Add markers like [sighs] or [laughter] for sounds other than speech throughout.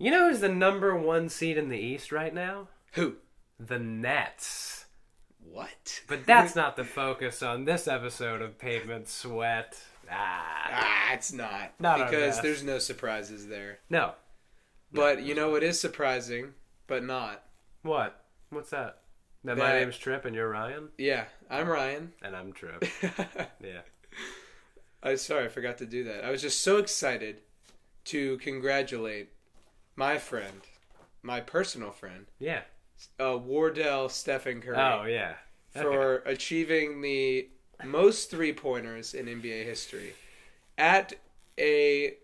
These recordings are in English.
is the number one seed in the East right now? Who? The Nets. What? But that's not the focus on this episode of Pavement Sweat. Ah, Ah, it's not. Not our because best. there's no surprises there. no. But you know what is surprising, but not. What? What's that? That, my That- name's Trip and you're Ryan Yeah, I'm Ryan. and I'm [laughs] Trip. yeah. I'm sorry, I forgot to do that. I was just so excited to congratulate my friend, my personal friend, Yeah. uh, Wardell Stephen Curry, Oh yeah. Okay. for achieving the most three pointers in NBA history at a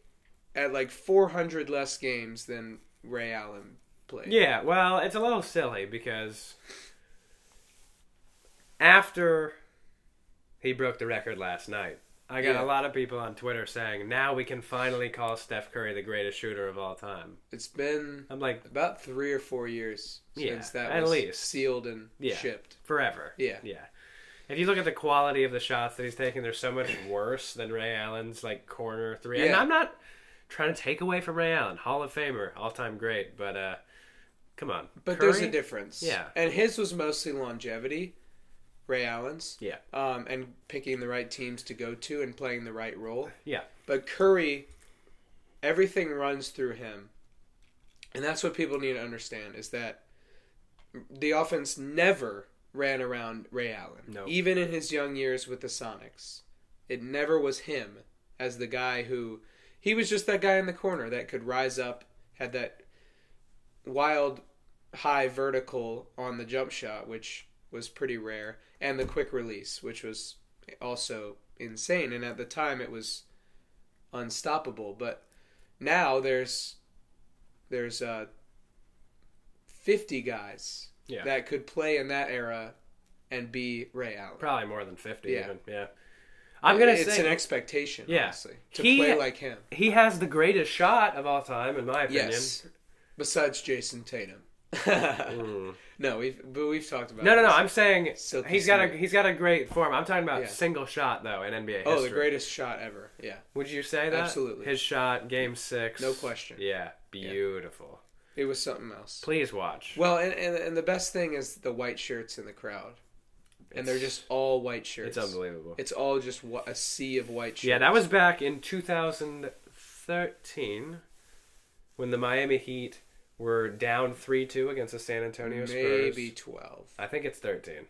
at like 400 less games than Ray Allen played. Yeah, well, it's a little silly because after he broke the record last night, I got Yeah. a lot of people on Twitter saying, "Now we can finally call Steph Curry the greatest shooter of all time." It's been I'm like, about three or four years Yeah, since that at was least. sealed and Yeah. shipped. forever. Yeah. Yeah. If you look at the quality of the shots that he's taking, they're so much worse than Ray Allen's like corner three. And Yeah. I'm not trying to take away from Ray Allen, Hall of Famer, all time great, but uh come on. But Curry? there's a difference. Yeah. And his was mostly longevity, Ray Allen's, Yeah. um, and picking the right teams to go to and playing the right role. Yeah. But Curry, everything runs through him. And that's what people need to understand is that the offense never ran around Ray Allen. No. Even in his young years with the Sonics. It never was him as the guy who he was just that guy in the corner that could rise up, had that wild high vertical on the jump shot, which was pretty rare, and the quick release, which was also insane. And at the time, it was unstoppable. But now there's there's uh, 50 guys Yeah. that could play in that era and be Ray Allen. Probably more than fifty Yeah. Uh, even. Yeah. I'm gonna it's say an expectation, Yeah. honestly, to He- play like him. he has the greatest shot of all time, in my opinion. Yes, besides [laughs] Jason Tatum. No, we've but we've talked about Mm. No, no, no. this. I'm saying Silky he's got a smooth. he's got a great form. I'm talking about Yeah. single shot though in NBA Oh, history. the greatest shot ever. Yeah. Would you say that? Absolutely. His shot, game six. No question. Yeah, beautiful. It was something else. Please watch. Well, and, and and the best thing is the white shirts in the crowd, and they're just all white shirts. It's unbelievable. It's all just wha- a sea of white shirts. yeah, that was back in 2013 when the Miami Heat were down 3 2 against the San Antonio Spurs. maybe twelve. I think it's 13.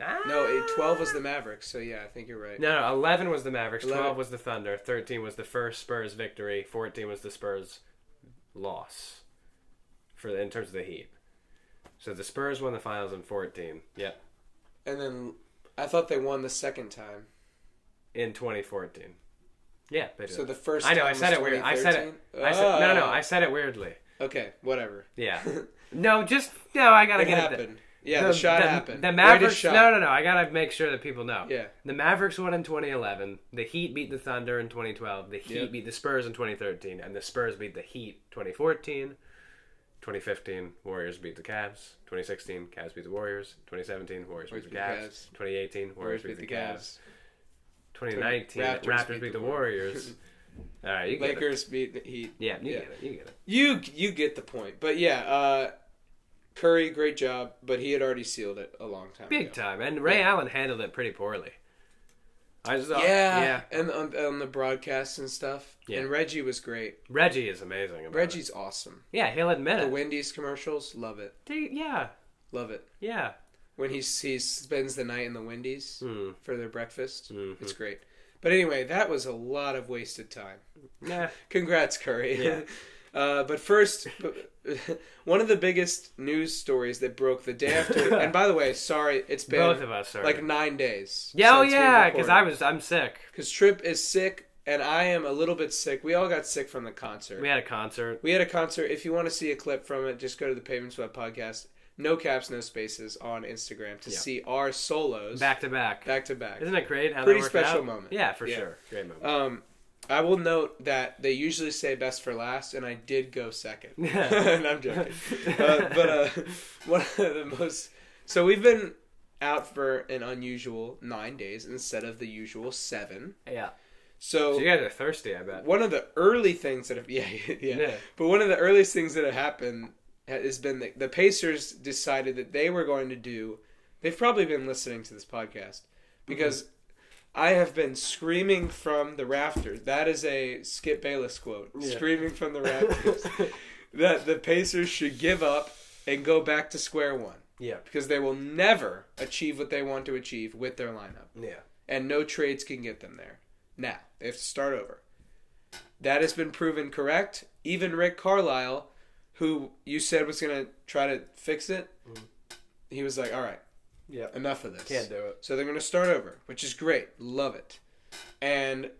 Ah! No, it, twelve was the Mavericks. So yeah, I think you're right. No, no, 11 was the Mavericks, 12 11. was the Thunder, 13 was the first Spurs victory, 14 was the Spurs loss for in terms of the Heat. So the Spurs won the finals in 14. Yep. And then I thought they won the second time. in 2014. Yeah, they did. So the first. I know I time said was Ah, it weird. I said it. I said, no, no, I said it weirdly. Okay, [laughs] whatever. [laughs] Yeah. No, just no. I gotta It get happened. It. Yeah, the, shot happened. The Greatest Mavericks. shot. No, no, no. I gotta make sure that people know. Yeah. The Mavericks won in 2011. The Heat beat the Thunder in 2012. The Heat Yep. beat the Spurs in 2013, and the Spurs beat the Heat 2014. 2015, Warriors beat the Cavs. 2016, Cavs beat the Warriors. 2017, Warriors beat the Cavs. 2018, Warriors, Warriors beat the Cavs. Cavs. 2019, Raptors, Raptors beat, beat the the Warriors. All right, you get it. Lakers beat the Heat. Yeah, you Yeah. get it. You get it. You you get the point. But yeah, uh, Curry, great job, but he had already sealed it a long time Big ago. time. And Ray Allen handled it pretty poorly. I just thought, Yeah, yeah. and on, on the broadcasts and stuff. Yeah. And Reggie was great. Reggie is amazing. About Reggie. Reggie's awesome. Yeah, he'll admit The it. Wendy's commercials, love it, Dude, yeah, love it. yeah. When he he spends the night in the Wendy's Mm. for their breakfast, Mhm. it's great. But anyway, that was a lot of wasted time. Yeah. Congrats, Curry. Yeah. [laughs] Uh, but [laughs] first, b- one of the biggest news stories that broke the [laughs] day after. and by the way, sorry, it's been Both of us are. like nine days. yeah, oh, yeah, because I was, I'm sick. because Trip is sick and I am a little bit sick. We all got sick from the concert. We had a concert. We had a concert. If you want to see a clip from it, just go to the Pavements Web Podcast. No caps, no spaces on Instagram to Yeah. see our solos Back to back. back to back. Isn't it great how Pretty that worked special out? moment. Yeah, for Yeah. sure. Great moment. Um, I will note that they usually say best for last, and I did [laughs] go second. [laughs] and I'm joking. Uh, but uh, [laughs] one of the most. So we've been out for an unusual nine days instead of the usual seven. yeah. So, So you guys are thirsty, I [laughs] bet. one of the early things that have [laughs] yeah, yeah Yeah. but one of the earliest things that have happened has been the, the Pacers decided that they were going to do. They've probably been listening to this podcast because Mm-hmm. I have been screaming from the rafters. That is a Skip Bayless quote. Yeah. Screaming from [laughs] the rafters that the Pacers should give up and go back to square one yeah. because they will never achieve what they want to achieve with their lineup Yeah. and no trades can get them there. Now, they have to start over. That has been proven correct. Even Rick Carlisle, who you said was going to try to fix it, he was like, all right, Mm-hmm. Yeah. enough of this. Can't do it. So they're going to start over, which is great. Love it. And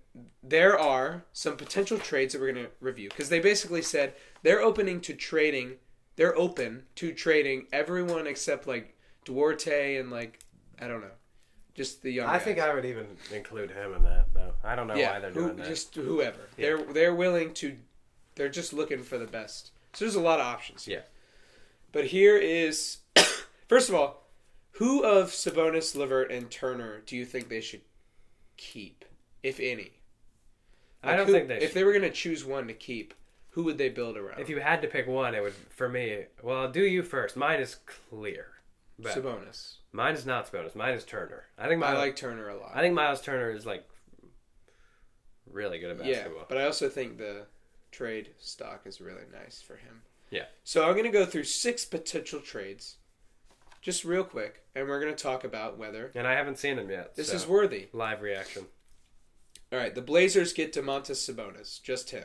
there are some potential trades that we're going to review because they basically said they're opening to trading. They're open to trading everyone except like Duarte and like I don't know, just the young. I guys. think I would even include him in that though. I don't know yeah, why they're who- doing that. just whoever. They're they're willing to. They're just looking for the best. So there's a lot of options. Yeah. But here is, [coughs] first of all, who of Sabonis, Levert, and Turner do you think they should keep, if any? I don't who- think they If should. they were going to choose one to keep, who would they build around? If you had to pick one, it would for me. Well, I'll do you first. Mine is clear. But Sabonis. mine is not Sabonis. Mine is Turner. I think I my, like Turner a lot. I think Miles Turner is like really good at Yeah, basketball. but I also think the trade stock is really nice for him. Yeah. So I'm going to go through six potential trades, just real quick, and we're going to talk about whether And I haven't seen him yet. this so. is worthy. live reaction. All right, the Blazers get Demontis Sabonis, just him,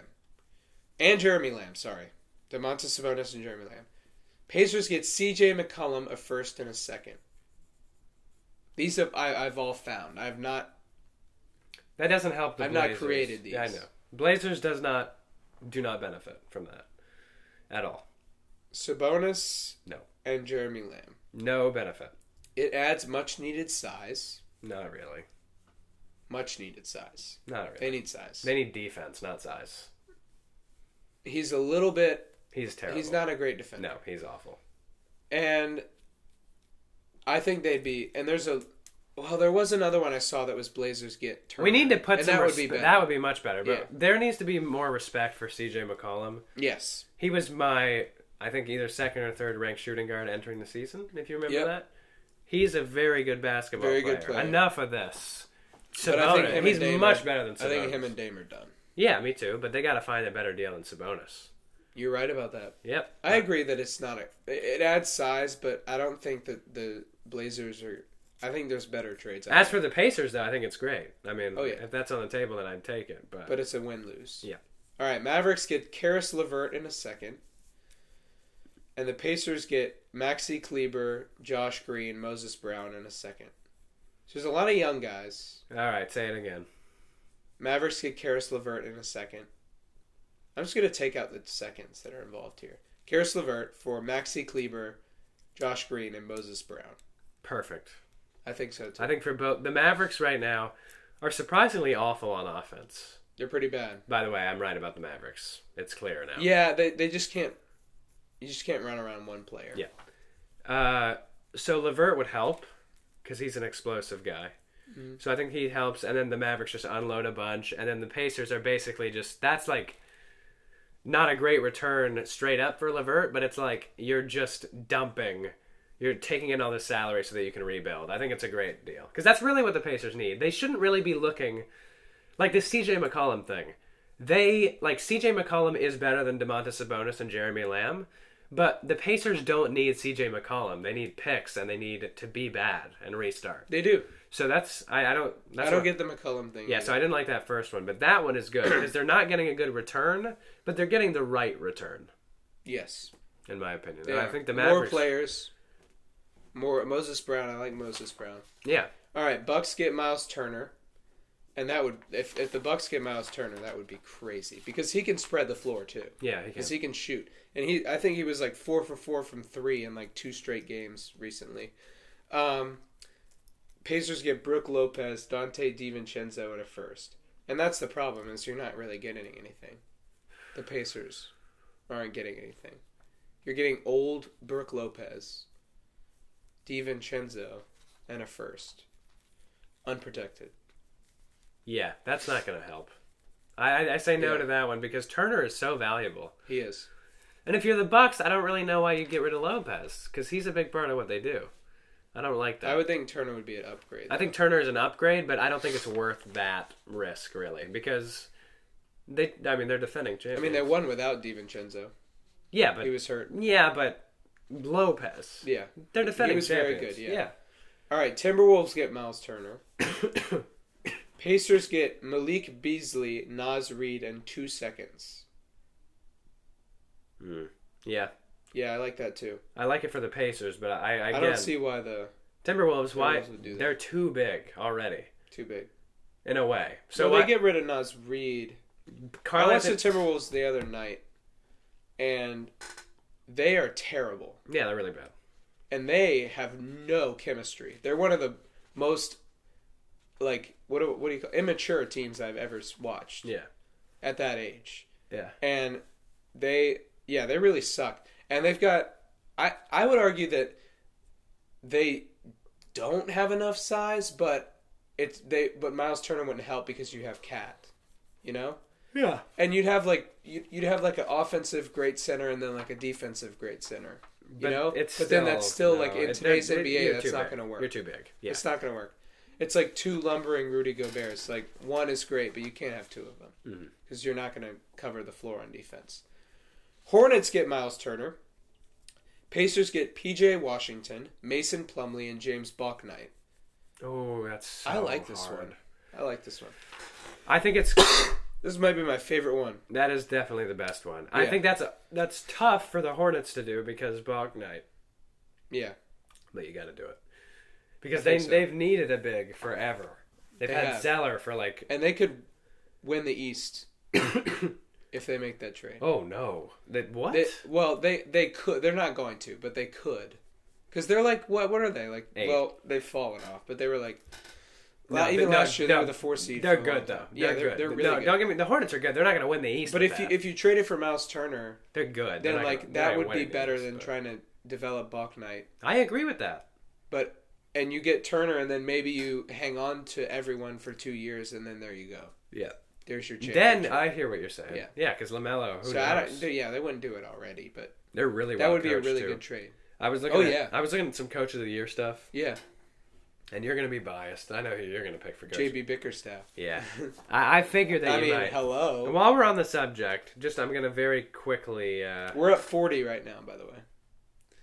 and Jeremy Lamb. Sorry, Demontis Sabonis and Jeremy Lamb. Pacers get C.J. McCollum a first and a second. These have, I, I've all found. I've not. That doesn't help the I've not Blazers. created these. Yeah, I know. Blazers does not do not benefit from that at all. Sabonis No. and Jeremy Lamb. No benefit. It adds much needed size. Not really. Much needed size. Not really. They need size. They need defense, not size. he's a little bit. He's terrible. He's not a great defender. No, he's awful. and I think they'd be. And there's a well, there was another one I saw that was Blazers get. Turner. We need to put and some. that would respe- be better. that would be much better. But Yeah. there needs to be more respect for C.J. McCollum. yes, He was my, I think, either second or third ranked shooting guard entering the season. If you remember Yep. that, he's a very good basketball Very player. good player. Enough of this. but I think Sabonis, him he's and Dame much are- better than Sabonis. I think him and Dame are done. Yeah, me too. But they got to find a better deal than Sabonis. You're right about that. Yep. I agree that it's not a. It it adds size, but I don't think that the Blazers are. I think there's better trades. out As for the Pacers, though, I think it's great. I mean, Oh, yeah. if that's on the table, then I'd take it. But, but it's a win lose. Yeah. All right, Mavericks get Karis Levert in a second, and the Pacers get Maxi Kleber, Josh Green, Moses Brown in a second. So there's a lot of young guys. all right, say it again. Mavericks get Karis Levert in a second. I'm just gonna take out the seconds that are involved here. Karis Levert for Maxi Kleber, Josh Green, and Moses Brown. Perfect. I think so too. I think for both the Mavericks right now are surprisingly awful on offense. They're pretty bad. By the way, I'm right about the Mavericks. It's clear now. Yeah, they they just can't. You just can't run around one player. Yeah. Uh, so Levert would help because he's an explosive guy. So I think he helps, and then the Mavericks just unload a bunch, and then the Pacers are basically just that's like not a great return straight up for Levert, but it's like you're just dumping, you're taking in all the salary so that you can rebuild. I think it's a great deal because that's really what the Pacers need. They shouldn't really be looking like this CJ McCollum thing. They like CJ McCollum is better than DeMontis Sabonis and Jeremy Lamb, but the Pacers don't need CJ McCollum. They need picks and they need to be bad and restart. they do. So that's I, I don't that's I don't what- get the McCullum thing. yeah. either. So I didn't like that first one, but that one is [clears throat] good because they're not getting a good return, but they're getting the right return yes. in my opinion. Yeah. And I think the more Mavericks. players, more Moses Brown. I like Moses Brown. yeah, All right, Bucks get Miles Turner, and that would if if the Bucks get Miles Turner, that would be crazy because he can spread the floor too. yeah, he can. Because he can shoot, and he I think he was like four for four from three in like two straight games recently. Um, Pacers get Brooke Lopez, Dante Divincenzo in a first, and that's the problem is you're not really getting anything. The Pacers aren't getting anything. You're getting old Brooke Lopez, Divincenzo, and a first, unprotected. Yeah, that's not going to help. I, I- I say no Yeah. to that one because Turner is so valuable. He is. And if you're the Bucks, I don't really know why you get rid of Lopez because he's a big part of what they do. I don't like that. I would think Turner would be an upgrade. I think Turner is an upgrade, but I don't think it's worth that risk really because they. I mean, they're defending I champions. mean, they won without Divincenzo. yeah, but He was hurt. yeah, but Lopez. Yeah. They're defending was very champions. good, yeah. All right. Timberwolves get Miles Turner. [coughs] Pacers get Malik Beasley, Nas Reed, and two seconds. Yeah. Mm. yeah. Yeah, I like that too. I like it for the Pacers, but I again, I don't see why the Timberwolves. Why Timberwolves would do that. they're too big already too big. in a way. So So why, they get rid of Nas Reed. I Carl watched the Anthony- Timberwolves the other night, and they are terrible. yeah, they're really bad. and they have no chemistry. They're one of the most like what do, what do you call immature teams I've ever s- watched Yeah, at that age. yeah. And they yeah, they really suck. And they've got I I would argue that they don't have enough size, but it's they but Miles Turner wouldn't help because you have Cat, you know? Yeah. And you'd have like you'd you'd have like an offensive great center and then like a defensive great center. You But know, it's but then that's still like in it- today's it- NBA, you're that's too not big. going to work. You're too big. Yeah, It's not going to work. It's like two lumbering Rudy Gobert's. Like one is great, but you can't have two of Mm-hmm. them because you're not going to cover the floor on defense. Hornets get Miles Turner. Pacers get P.J. Washington, Mason Plumlee, and James Bocknight. oh, that's. So I like this hard. one. I like this one. I think it's This might be my favorite one. that is definitely the best one. I Yeah. think that's that's tough for the Hornets to do because Bog Knight, Yeah, but you got to do it because they think so. they've needed a big forever. They've They had have. Zeller for like and they could win the [coughs] East if they make that trade. oh no, that what? They, well, they they could. They're not going to, but they could, because they're like what? What are they like? Eight. Well, they've fallen off, but they were like. No, la- even no, last year, they no, were the four seed. they're for a long good though. time. They're yeah, they're, good. they're No, really good. Don't get me. The Hornets are good. They're not going to win the East. but with if you that. if you traded for Miles Turner, they're good, they're then not like gonna- they're that not would winning be the better East, than but- trying to develop Bucknight. I agree with that. But and you get Turner, and then maybe you hang on to everyone for two years, and then there you go. Yeah. There's your championship. Then I hear what you're saying. Yeah. Yeah, because Lamelo. Who so I knows? don't, yeah, they wouldn't do it already, but They're really that well would be a coached, really too. good trade. I was looking. Oh, at, yeah. I was looking at some coach of the year stuff, Yeah, and you're gonna be biased. I know who you're gonna pick for coach. JB Bickerstaff. Yeah, [laughs] I, I figured that I you mean, might. hello. And while we're on the subject, just I'm gonna very quickly. Uh, We're at 40 right now, by the way.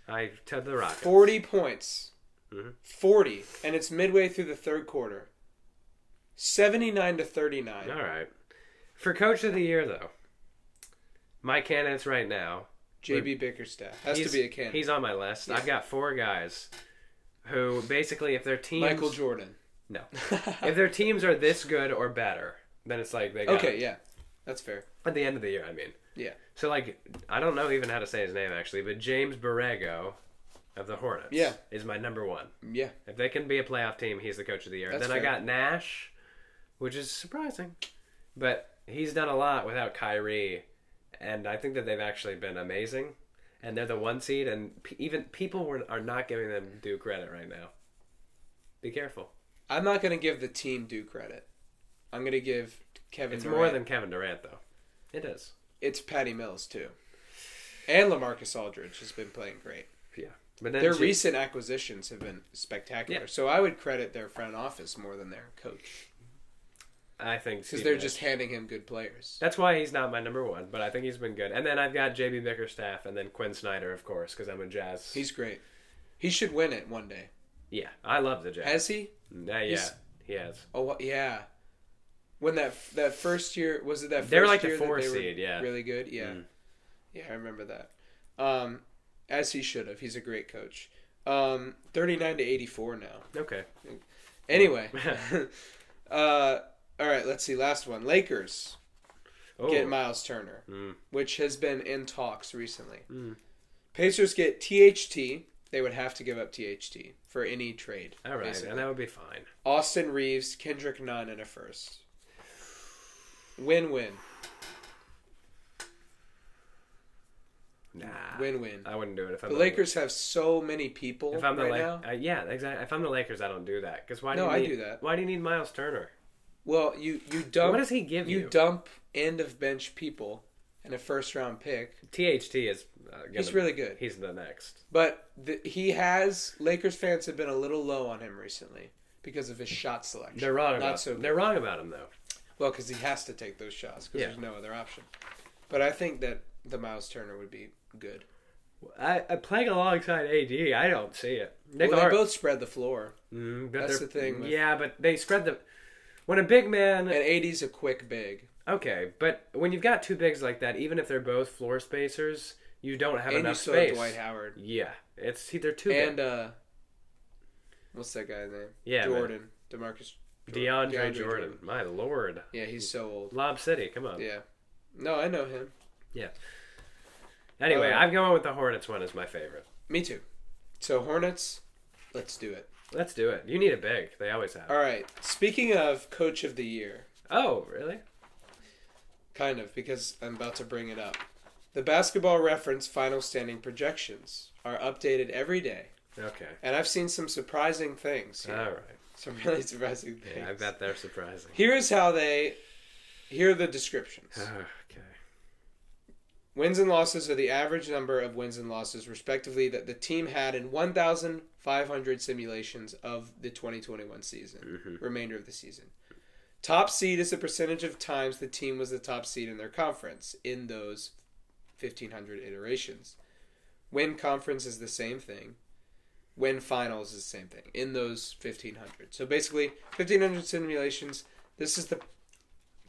I to the Rockets. 40 points. Mhm. 40. And it's midway through the third quarter. 79 to 39. All right, for coach of the year though, my candidates right now. JB Bickerstaff. Has to he's- be a candidate. He's on my list. I've got four guys who basically, if their teams, Michael Jordan. no, [laughs] if their teams are this good or better, then it's like they got [laughs] okay, yeah. That's fair. At the end of the year, I mean. Yeah. So like, I don't know even how to say his name actually, but James Borrego of the Hornets. Yeah. Is my number one. Yeah. If they can be a playoff team, he's the coach of the year. That's then I fair. got Nash, which is surprising, but he's done a lot without Kyrie, and I think that they've actually been amazing. And they're the one seed, and p- even people were, are not giving them due credit right now. Be careful. I'm not going to give the team due credit. I'm going to give Kevin It's Durant. more than Kevin Durant, though. It is. It's Patty Mills, too. And Lamarcus Aldridge has been playing great. Yeah. But then Their J- recent acquisitions have been spectacular. Yeah. So I would credit their front office more than their coach. I think Because Steve they're Nash- just handing him good players. That's why he's not my number one, but I think he's been good. And then I've got JB Bickerstaff and then Quinn Snyder, of course, because I'm a Jazz. He's great. He should win it one day. yeah, I love the Jazz. Has he? Yeah, yeah, he's- he has. Oh wha- yeah. When that that first year was it that first They were like the year that four they were seed, yeah. Mm-hmm. really good yeah yeah I remember that um, as he should have he's a great coach um, thirty nine to eighty four now Okay. [laughs] anyway [laughs] uh, all right let's see last one Lakers Oh, get Miles Turner Mm. which has been in talks recently Mm. Pacers get THT they would have to give up THT for any trade all right, basically. and that would be fine. Austin Reeves, Kendrick Nunn, and a first. Win win. Nah, Win win. I wouldn't do it if I'm The Lakers have so many people If I'm the right Lak- now. uh, yeah, exactly. If I'm the Lakers, I don't do that because why? No, do you I need, do that. Why do you need Miles Turner? Well, you you dump What does he give you? you dump end of bench people and a first round pick. THT is. Uh, gonna, He's really good. He's the next. But the, he has Lakers fans have been a little low on him recently because of his shot selection. They're wrong. Not about, so good. They're wrong about him though. Well, because he has to take those shots because Yeah. there's no other option. But I think that the Miles Turner would be good. I, I playing alongside AD. I don't see it. They've Well, they already- both spread the floor, Mm, but That's they're- the thing with- Yeah, but they spread the. When a big man, and AD's a quick big, okay, but when you've got two bigs like that, even if they're both floor spacers, you don't have and you enough still space. have Dwight Howard yeah, it's they're too big. and uh, what's that guy's name? Yeah, man. Jordan, Demarcus, DeAndre, DeAndre Jordan. Jordan. my lord, Yeah, he's so old. Lob City, come on. Yeah, no, I know him. Anyway, Uh, I'm going with the Hornets one as my favorite. Me too. So Hornets, let's do it. Let's do it. You need a big. They always have. All right. Speaking of coach of the year, Oh, really? kind of because I'm about to bring it up. The basketball reference final standing projections are updated every day, Okay. and I've seen some surprising things. Here. All right. Some really [laughs] surprising things. Ah. Yeah, I bet they're [laughs] surprising. [sighs] Here is how they. Here are the descriptions. okay. Wins and losses are the average number of wins and losses, respectively, that the team had in 1,500 simulations of the 2021 season, remainder of the season. Top seed is the percentage of times the team was the top seed in their conference in those 1,500 iterations. Win conference is the same thing. Win finals is the same thing in those 1,500. So basically, 1,500 simulations, this is the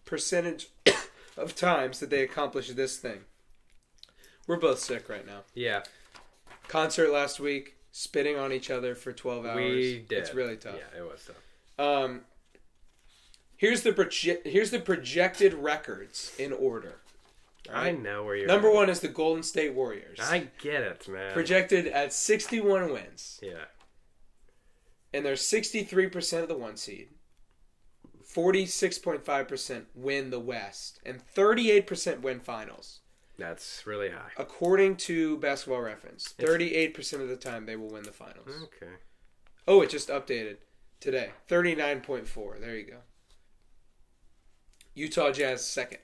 percentage [coughs] of times that they accomplished this thing. We're both sick right now. Yeah. Concert last week, spitting on each other for 12 hours. We did. It's really tough. Yeah, it was tough. Um, here's the proje- here's the projected records in order. All I right? know where you're. Number going. one is the Golden State Warriors, I get it, man. projected at 61 wins, yeah. and they're 63% of the one seed. 46.5% win the West, and 38% win finals. That's really high. According to Basketball Reference, It's- Hmm. 38% of the time they will win the finals. Okay. Oh, it just updated today. 39.4. There you go. Utah Jazz second.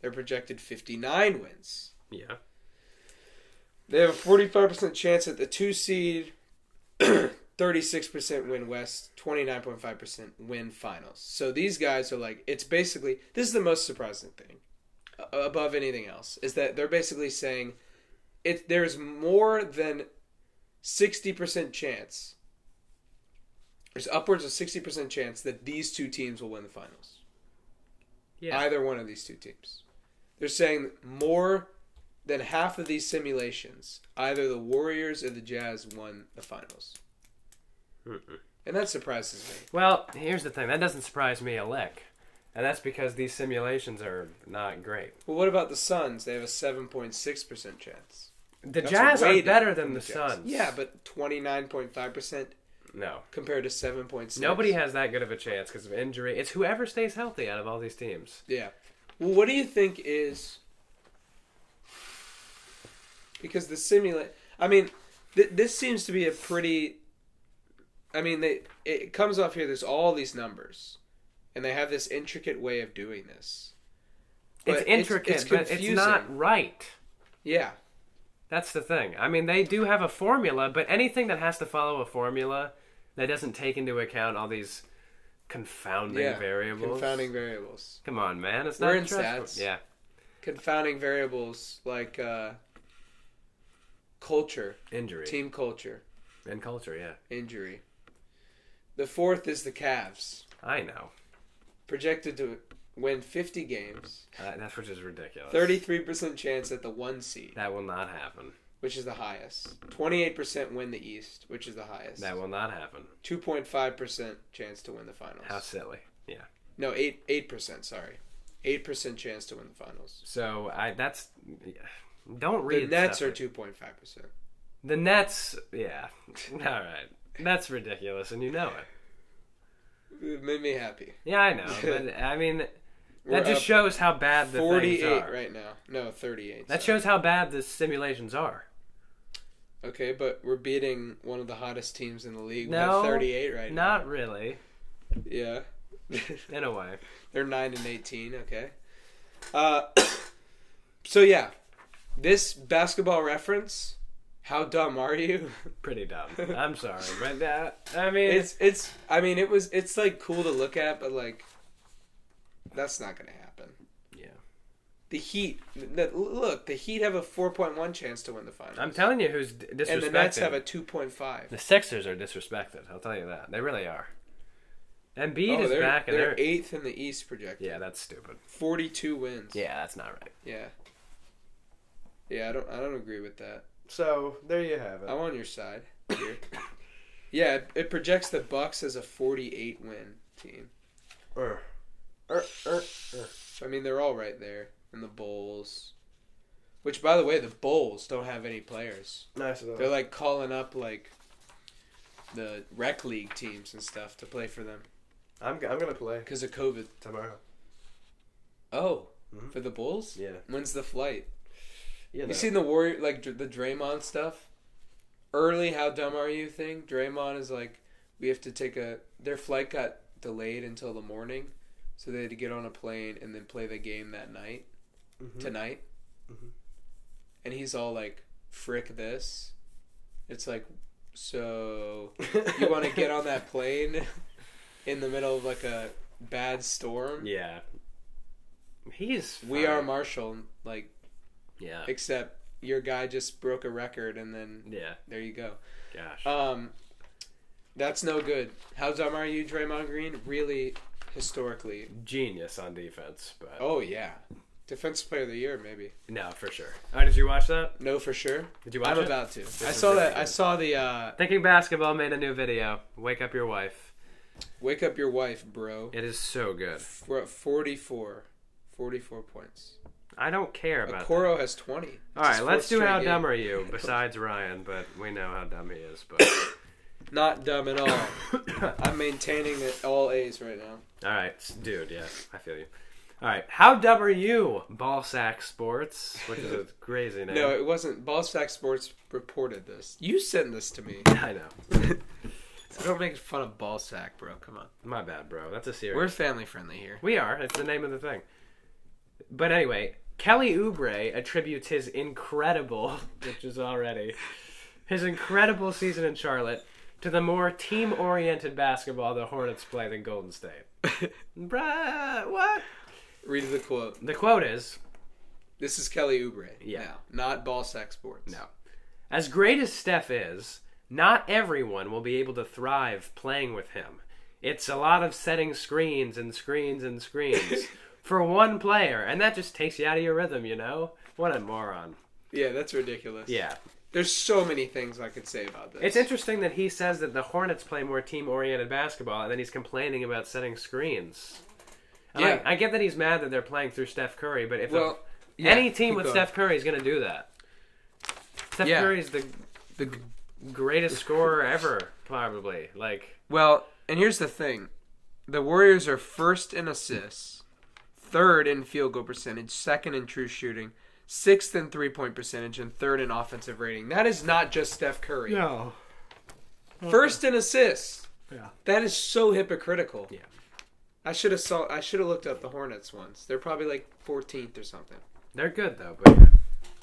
They're projected 59 wins. Yeah. They have a 45% chance at the 2 seed, [clears throat] 36% win West, 29.5% win finals. So these guys are like it's basically this is the most surprising thing a- above anything else is that they're basically saying it there's more than 60% chance there's upwards of 60% chance that these two teams will win the finals. Yeah. Either one of these two teams. They're saying more than half of these simulations, either the Warriors or the Jazz won the finals. Mm-mm. And that surprises me. Well, here's the thing. That doesn't surprise me a lick, and that's because these simulations are not great. Well, what about the Suns? They have a 7.6% chance. The That's Jazz way are down better from than the, Jazz. Suns. Yeah, but 29.5% No. compared to 7.6. Nobody has that good of a chance because of injury. It's whoever stays healthy out of all these teams. Yeah. Well, what do you think is because the simulate? I mean, th- this seems to be a pretty. I mean, they it comes off here. There's all these numbers, and they have this intricate way of doing this. But it's intricate, but it's not right. Yeah, That's the thing. I mean, they do have a formula, but anything that has to follow a formula that doesn't take into account all these confounding yeah. variables. Confounding variables. Come on, man. It's We're not in trustworthy. stats. Yeah. Confounding variables like uh, culture, Injury team culture, and culture, yeah. injury. The fourth is the Cavs. I know. projected to win 50 games, Uh, that's which is ridiculous. 33% chance at the one seed, That will not happen. which is the highest. 28% win the East, which is the highest. That will not happen. 2.5% chance to win the finals. How silly. Yeah. No, 8 8%, sorry. 8% chance to win the finals. So I that's don't The read Nets stuff. are 2.5%. the Nets. Yeah. [laughs] All right. That's ridiculous, and you know it. It made me happy. Yeah, I [laughs] know. But I mean, that We're just up shows how bad the things 48 are. right now. No, 38. That sorry. shows how bad the simulations are. Okay, but we're beating one of the hottest teams in the league. We No, have 38 right now. Not really. Yeah. [laughs] in a way. They're nine and eighteen. Okay. Uh, [coughs] so yeah, this basketball reference. How dumb are you? [laughs] Pretty dumb. I'm sorry, but that I mean, It's it's. I mean, it was. It's like cool to look at, but like, that's not gonna happen. yeah. The Heat. The, look, the Heat have a four point one chance to win the finals, I'm telling you, who's d- disrespected. and the Nets have a two point five. The Sixers are disrespected. I'll tell you that. They really are. Embiid Oh, is they're, back, and they're, they're eighth in the East projected. yeah, that's stupid. Forty-two wins. Yeah, that's not right. yeah, yeah. I don't. I don't agree with that. So there you have it. I'm on your side. Here. yeah, it, it projects the Bucks as a 48 win team. Er. I mean, they're all right there, and the Bulls. Which, by the way, the Bulls don't have any players. nice of They're like calling up like the rec league teams and stuff to play for them I'm I'm gonna play because of COVID. tomorrow. Oh, Mhm. for the Bulls. Yeah. When's the flight? You, You seen the Warrior, like Dr- the Draymond stuff? Early, how dumb are you thing? Draymond is like, we have to take a. Their flight got delayed until the morning, so they had to get on a plane and then play the game that night, Mm-hmm. tonight. Mhm. And he's all like, frick this. It's like, so Mm-hmm. you want to get [laughs] on that plane in the middle of like a bad storm? Yeah. He's. We are fine. Marshall, like, Yeah. except your guy just broke a record and then Yeah. there you go. Gosh. Um, that's no good. How dumb are you, Draymond Green? Really, historically. Genius on defense, but Oh yeah, defensive player of the year, maybe. no, for sure. All right, did you watch that? No, for sure. Did you watch I'm it? about to. I is saw really that. good. I saw the uh, Thinking basketball made a new video. Wake up your wife. "Wake Up Your Wife, Bro." It is so good. We're at 44, 44 points. I don't care about. that. Okoro has twenty. All right, let's do how dumb are you? Besides Ryan, but we know how dumb he is. But [coughs] Not dumb at all. I'm maintaining it all A's right now. all right, s- dude, yeah, I feel you. All right, how dumb are you? Ballsack Sports, which is [laughs] a crazy name. No, it wasn't. Ballsack Sports reported this. You sent this [laughs] to me. I know. Don't make fun of Ballsack, bro. Come on. My bad, bro. That's a serious. We're family friendly here. We are. It's the name of the thing. But anyway, Kelly Oubre attributes his incredible, [laughs] which is already his incredible season in Charlotte, to the more team-oriented basketball the Hornets play than Golden State. Bruh, what? [laughs] Read the quote. The quote is, This is Kelly Oubre. Yeah. now, not Ball Sack Sports. No. As great as Steph is, not everyone will be able to thrive playing with him. It's a lot of setting screens and screens and [laughs] screens for one player, and that just takes you out of your rhythm, you know? What a moron. Yeah, that's ridiculous. Yeah. There's so many things I could say about this. It's interesting that he says that the Hornets play more team oriented basketball, and then he's complaining about setting screens. And Yeah. I, I get that he's mad that they're playing through Steph Curry, but if the- Well, yeah, any team keep with going. Steph Curry is going to do that, Steph Yeah. Curry's the The, greatest scorer ever, probably. Like, well, and here's the thing. The Warriors are first in assists, third in field goal percentage, second in true shooting, sixth in three point percentage, and third in offensive rating. That is not just Steph Curry. no, First in assists. Yeah. That is so hypocritical. Yeah. I should have saw I should have looked up the Hornets ones. They're probably like 14th or something. they're good though. But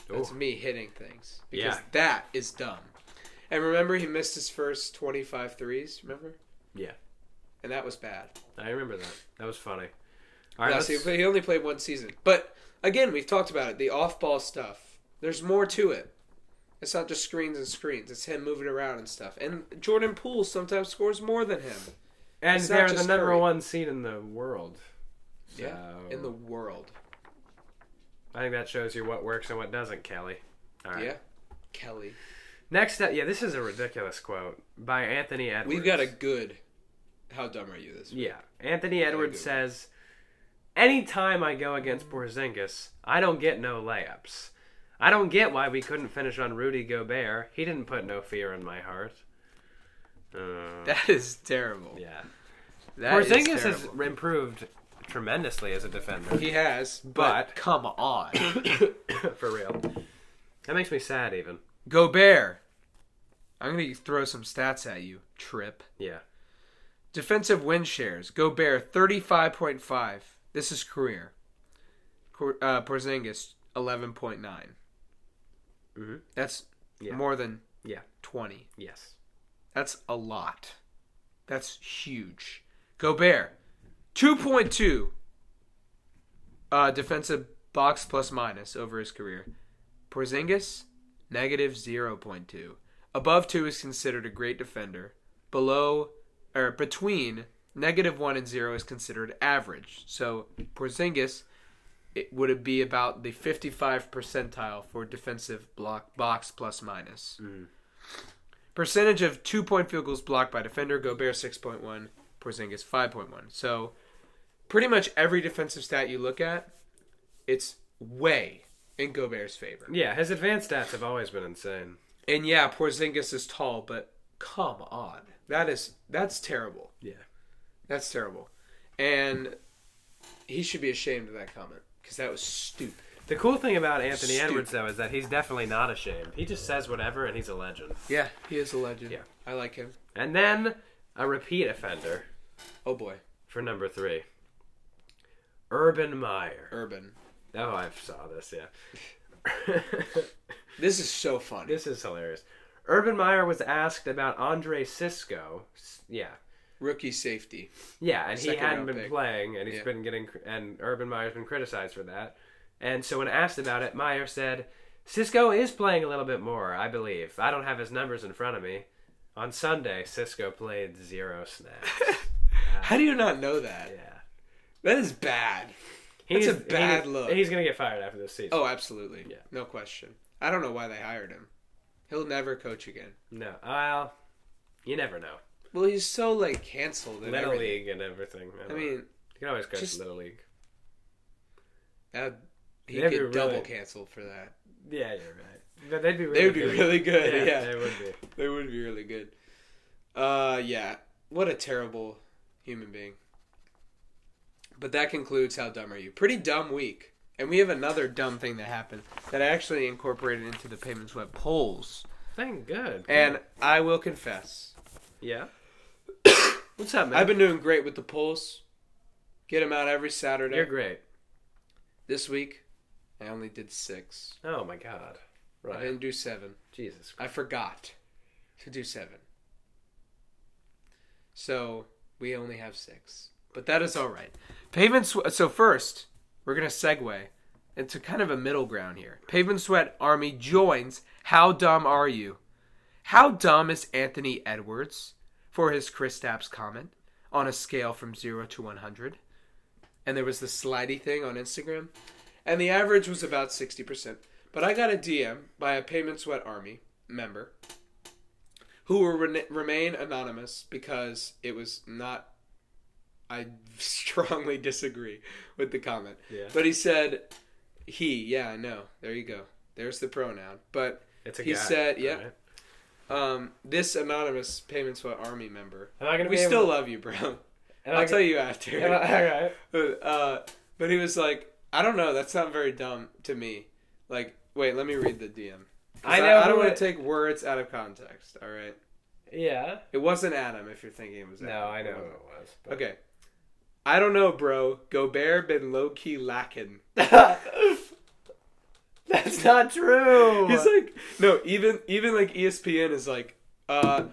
That's Ooh. me hitting things because Yeah. that is dumb. And remember, he missed his first 25 threes. Remember, yeah, and that was bad. I remember that. That was funny. All right, No, let's- see, but he only played one season. But again, we've talked about it. The off-ball stuff. There's more to it. It's not just screens and screens. It's him moving around and stuff. And Jordan Poole sometimes scores more than him. and it's not they're the just number Curry. one seed in the world. So- In the world. I think that shows you what works and what doesn't, Kelly. All right. Yeah. Kelly. Next up, yeah, this is a ridiculous quote by Anthony Edwards. We've got a good. How dumb are you this week? Yeah. Anthony Edwards good. says, Anytime I go against Porzingis, I don't get no layups. I don't get why we couldn't finish on Rudy Gobert. He didn't put no fear in my heart. Uh, [laughs] That is terrible. yeah. That is Porzingis has terrible. improved tremendously as a defender. He has, But- but come [coughs] on. [coughs] For real. That makes me sad, even. Gobert. I'm gonna throw some stats at you. Trip. Yeah. Defensive win shares. Gobert 35.5. This is career. Cor- Uh, Porzingis 11.9. Mhm. That's Yeah. more than Yeah. 20. Yes. That's a lot. That's huge. Gobert 2.2 uh, defensive box plus minus over his career. Porzingis negative 0.2. Above 2 is considered a great defender. Below or between negative 1 and 0 is considered average. So Porzingis it would it be about the 55 percentile for defensive block box plus minus. Percentage of two point field goals blocked by defender, Gobert 6.1, Porzingis 5.1. So pretty much every defensive stat you look at, it's way in Gobert's favor. Yeah, his advanced stats have always been insane. And yeah, Porzingis is tall, but come on. That is that's terrible. Yeah. That's terrible. And he should be ashamed of that comment because that was stupid. The cool thing about Anthony Stupid. Edwards though is that he's definitely not ashamed. He just says whatever and he's a legend. Yeah, he is a legend. Yeah. I like him. And then a repeat offender Oh boy, for number 3. Urban Meyer. Urban. Oh, I saw this, yeah. [laughs] This is so funny. this is hilarious. Urban Meyer was asked about Andre Sisco. S- Yeah. Rookie safety. Yeah, and he Second hadn't round been pick. playing, and he's Yeah. been getting, and Urban Meyer's been criticized for that. And so when asked about it, Meyer said, Cisco is playing a little bit more, I believe. I don't have his numbers in front of me. On Sunday, Cisco played zero snaps. [laughs] Uh, How do you not know that? yeah. That is bad. He's, a bad he's, look. He's going to get fired after this season. Oh, absolutely. Yeah. No question. I don't know why they hired him. He'll never coach again. No. Well, you never know. Well, he's so like canceled. And Little everything. League and everything. I don't know. mean, you can always coach just- Little League. that he'd They'd get be double really- canceled for that. Yeah, you're right. But they'd be really They would be good. really good. Yeah, Yeah, they would be. they would be really good. Uh, yeah. What a terrible human being. But that concludes how dumb are you? Pretty dumb week. And we have another dumb thing that happened that I actually incorporated into the payments web polls. Thank good. And I will confess. [coughs] Yeah. What's up, man? I've been doing great with the polls. Get them out every Saturday. You're great. This week, I only did six. Oh my god. I Right. didn't do seven. Jesus. Christ. I forgot to do seven. So we only have six. But that is all right. Pavement sweat. So first, we're gonna segue into kind of a middle ground here. Pavement Sweat Army joins. How dumb are you? How dumb is Anthony Edwards for his Chris Stapps comment on a scale from zero to one hundred? And there was the slidey thing on Instagram, and the average was about sixty percent. But I got a DM by a Pavement Sweat Army member who will re- remain anonymous because it was not. I [laughs] strongly disagree with the comment. Yeah. But he said, he, yeah, I know. There you go. There's the pronoun. But It's a he guy. said, yeah. Alright. um, this anonymous payments for army member. Am I gonna We be able still to- love you, bro. Am I I'll gonna- tell you after. [laughs] Am I- all right. But, uh, but he was like, I don't know. That's not very dumb to me. Like, wait, let me read the DM. 'Cause I know I, don't who want it- to take words out of context. All right. Yeah. It wasn't Adam. If you're thinking it was Adam. No, I know who it was. but- Okay. I don't know, bro. Gobert been low key lacking. [laughs] [laughs] That's not true. He's like, no, even even like E ESPN is like, uh,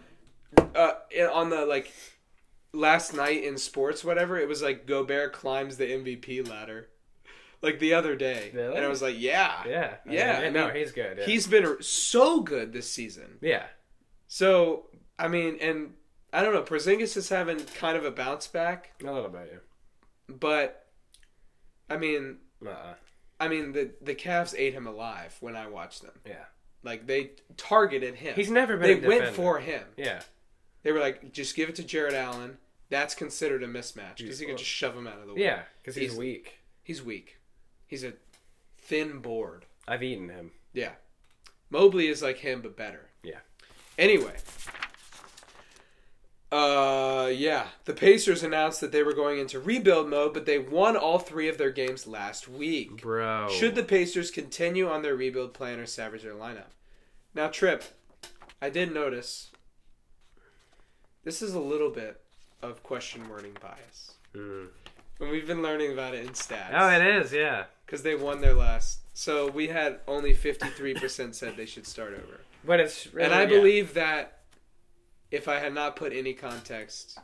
uh, on the like last night in sports, whatever. It was like Gobert climbs the MVP ladder, like the other day, Really? and I was like, yeah, yeah. I Yeah, mean, I no, mean, he's good. Yeah. he's been so good this season. yeah. So I mean, and I don't know, Porzingis is having kind of a bounce back, A little bit. but I mean, Yeah. Uh-uh. I mean the the Cavs ate him alive when I watched them. Yeah. Like they targeted him. He's never been. they a went defender. for him. Yeah. They were like, just give it to Jared Allen. That's considered a mismatch because He's you can close. just shove him out of the way. Yeah. Because he's, He's- weak. He's weak. He's a thin board. I've eaten him. Yeah. Mobley is like him, but better. Yeah. Anyway. Uh, yeah. The Pacers announced that they were going into rebuild mode, but they won all three of their games last week. Bro. Should the Pacers continue on their rebuild plan or savage their lineup? Now, Trip, I did notice. This is a little bit of question wording bias. Mm. And we've been learning about it in stats. Oh, it is. Yeah. Because they won their last. So we had [laughs] only 53% said they should start over. But it's really, And I yeah. believe that if I had not put any context,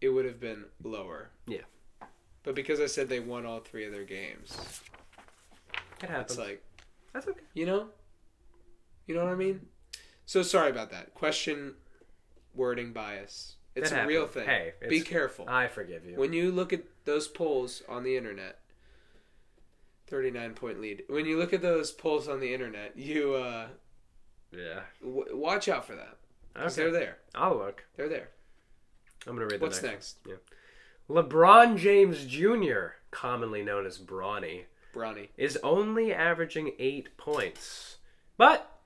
it would have been lower. Yeah. But because I said they won all three of their games, it happens. it's like, That's okay. you know? You know what I mean? So sorry about that. Question wording bias. It's That a real happened. thing. Hey, Be it's- careful. I forgive you. When you look at those polls on the internet, 39 point lead. When you look at those polls on the internet, you uh, Yeah. w- watch out for that. 'cause Okay. They're there. I'll look. They're there. I'm gonna read the What's next. next? LeBron James Jr., commonly known as Brawny, Bronny. is only averaging eight points, but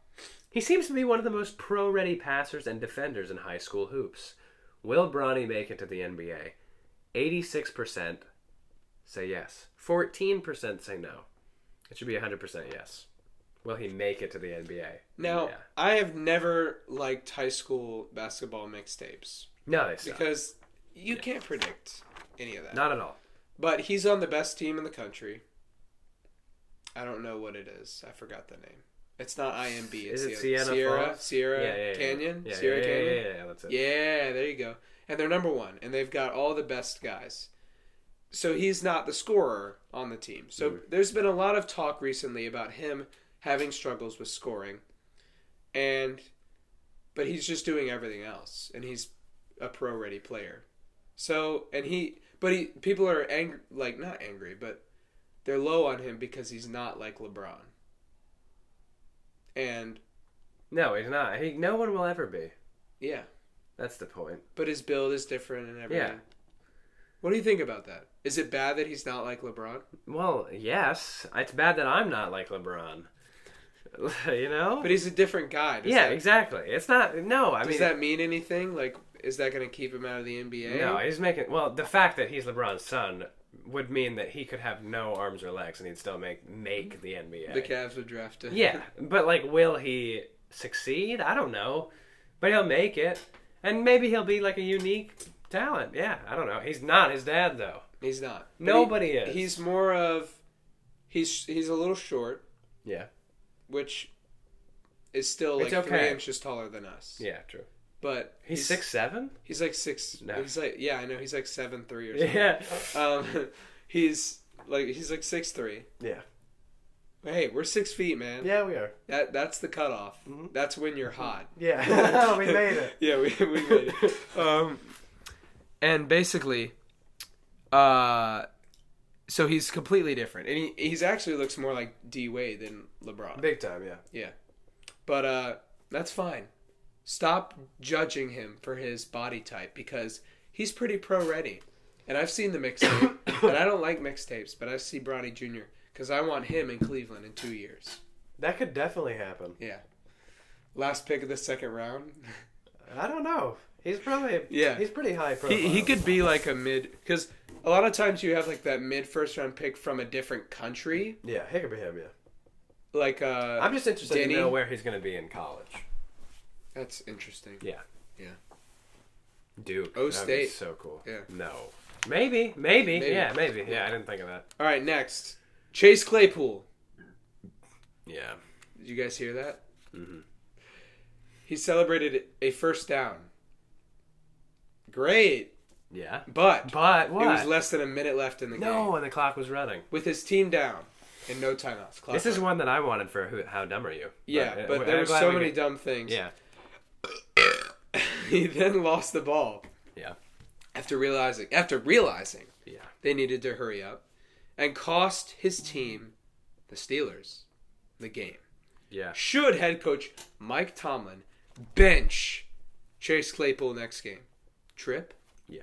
he seems to be one of the most pro-ready passers and defenders in high school hoops. Will Bronny make it to the NBA? Eighty-six percent say yes. Fourteen percent say no. It should be hundred percent yes. Will he make it to the NBA? Now, yeah. I have never liked high school basketball mixtapes no, they suck. because you can't predict any of that. Not at all. But he's on the best team in the country. I don't know what it is. I forgot the name. It's not IMB. It's Is it the- Sienna Sierra? Falls? Sierra yeah, yeah, yeah. Canyon? Yeah, Sierra yeah, yeah, Canyon? yeah, yeah, yeah, that's it. Yeah, there you go. And they're number one, and they've got all the best guys. So he's not the scorer on the team. So there's been a lot of talk recently about him having struggles with scoring, and but he's just doing everything else, and he's a pro-ready player. So and he, but he people are angry, like not angry, but they're low on him because he's not like LeBron. And No, he's not. He, no one will ever be. yeah, That's the point. But his build is different and everything. Yeah. What do you think about that? Is it bad that he's not like LeBron? Well, yes, it's bad that I'm not like LeBron. [laughs] you know? But he's a different guy. Does yeah, That, exactly. It's not. No, I does mean, that mean anything? Like, is that going to keep him out of the NBA? no, he's making. Well, the fact that he's LeBron's son would mean that he could have no arms or legs and he'd still make make the NBA. The Cavs would draft him. Yeah, but like, will he succeed? I don't know, but he'll make it, and maybe he'll be like a unique talent. Yeah, I don't know. He's not his dad though. [laughs] he's not. But Nobody he- is. He's more of. He's he's a little short, Yeah. which is still like It's three okay. inches taller than us. Yeah. True. But He's six seven. He's like six. No. He's like yeah, I know. He's like seven three [laughs] or something. Yeah. Um, [laughs] he's like he's like six three. Yeah. Hey, we're six feet, man. Yeah, we [laughs] are. That that's the cutoff. That's when you're hot. Yeah. [laughs] we made it. [laughs] yeah, we, we made it. [laughs] Um, and basically, uh, so he's completely different, and he he's actually looks more like D Wade than LeBron. Big time. Yeah. Yeah, but uh, that's fine. Stop judging him for his body type because he's pretty pro ready, and I've seen the mixtape, [coughs] and I don't like mixtapes, but I see Bronny Jr. because I want him in Cleveland in two years. That could definitely happen. Yeah. Last pick of the second round. I don't know. He's probably Yeah. He's pretty high profile. [laughs] He, he could be like a mid because a lot of times you have like that mid first round pick from a different country, Yeah, he could be him. Yeah. like uh. I'm just interested Denny? to know where he's going to be in college. That's interesting. Yeah. Yeah. Duke. O That'd be State. so cool. Yeah. No. Maybe, maybe, Maybe. yeah, maybe. Yeah, I didn't think of that. All right, next Chase Claypool. Yeah. Did you guys hear that? Mm-hmm. He celebrated a first down. Great, Yeah. but, But what? it was less than a minute left in the no, game and the clock was running. with his team down and no timeouts. Clock This is running. one that I wanted for who, how dumb are you? yeah, uh, but I'm there were glad so we many Could, dumb things. yeah. [laughs] he then lost the ball Yeah. after realizing after realizing Yeah. they needed to hurry up and cost his team the Steelers the game. Yeah. Should head coach Mike Tomlin bench Chase Claypool next game? Trip Yeah.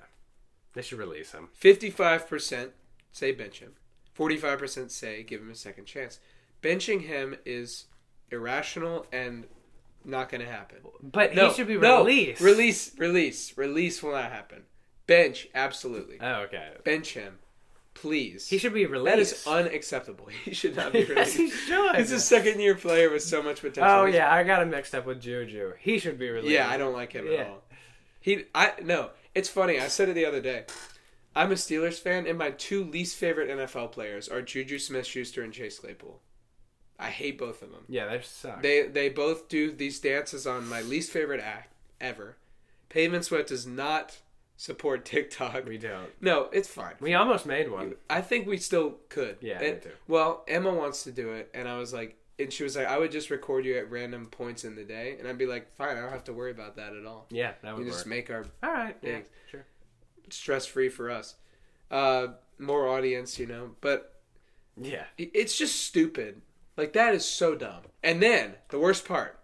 They should release him. 55% say bench him. 45% say give him a second chance. Benching him is irrational and not going to happen. But No, he should be no. released. Release, release, release will not happen. Bench, absolutely. Oh, okay. Bench him, please. He should be released. That is unacceptable. [laughs] He should not [laughs] be yes, [laughs] released. he should. He's a second year player with so much potential. Oh yeah, I got him mixed up with Juju. He should be released. Yeah, I don't like him at Yeah. all. He I no, it's funny. I said it the other day. I'm a Steelers fan, and my two least favorite NFL players are Juju Smith-Schuster and Chase Claypool. I hate both of them. Yeah, they suck. They they both do these dances on my least favorite act ever. Pavement Sweat does not support [laughs] TikTok. we don't. No, it's fine. We almost made one. I think we still could. Yeah, And- me too. Well, Emma wants to do it, and I was like, and she was like, I would just record you at random points in the day, and I'd be like, fine, I don't have to worry about that at all. Yeah, that We would just work. make our All right. Yeah, Thanks. sure. stress free for us. Uh, more audience, you know, but Yeah. it- it's just stupid. Like that is so dumb. And then the worst part,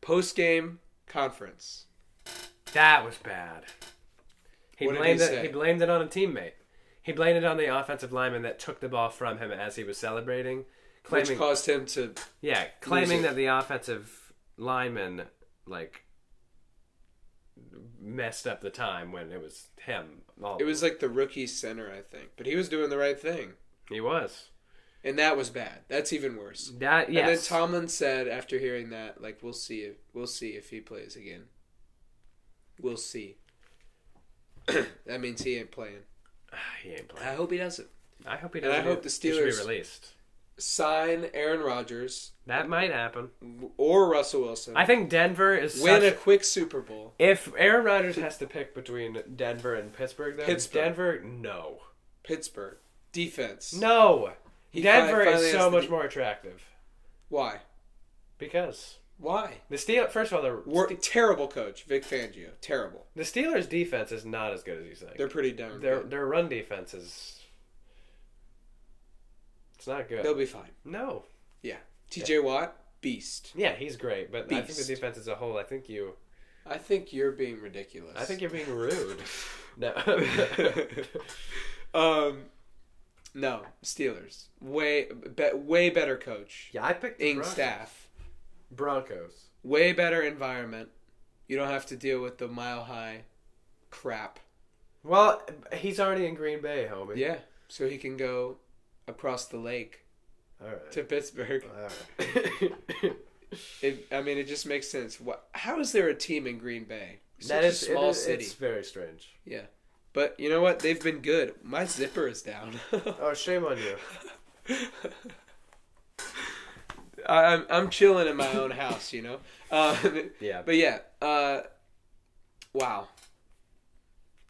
post game conference. That was bad. He What did blamed he it. say? He blamed it on a teammate. He blamed it on the offensive lineman that took the ball from him as he was celebrating, claiming Which caused him to yeah, claiming it. that the offensive lineman like messed up the time when it was him. All it was like the rookie center, I think. But he was doing the right thing. he was And that was bad. That's even worse. that yes. And then Tomlin said after hearing that, like, we'll see if we'll see if he plays again. We'll see. [clears throat] that means he ain't playing. [sighs] he ain't playing. I hope he doesn't. I hope he and I doesn't. hope the he should be Steelers- released. Sign Aaron Rodgers That might happen. or Russell Wilson. I think Denver is win such a quick Super Bowl. If Aaron Rodgers has to pick between Denver and Pittsburgh, then Pittsburgh. Denver, no, Pittsburgh defense. no. Denver fi- finally is has so to much be- more attractive Why? because Why? the Steel. First of all, the, We're, terrible coach Vic Fangio. Terrible. the Steelers' defense is not as good as you think. They're pretty darn. Their good. their run defense is. It's not good. They'll be fine. No. Yeah. T.J. Watt, beast. Yeah, he's great, but I think the Beast. defense as a whole. I think you. I think you're being ridiculous. I think you're being rude. No. [laughs] Um, no, Steelers. Way be, way better coach, [laughs] yeah, I picked the ing Broncos. staff, Broncos. way better environment. You don't have to deal with the mile high crap. Well, he's already in Green Bay, homie. Yeah, so he can go across the lake All right. [laughs] to Pittsburgh. All right. It, I mean, it just makes sense. What? How is there a team in Green Bay? Such That a is small it is, city. It's very strange. Yeah, but you know what? They've been good. My zipper is down. [laughs] Oh, shame on you. I, I'm I'm chilling in my [laughs] own house, you know. Uh, [laughs] Yeah. but yeah, uh, wow.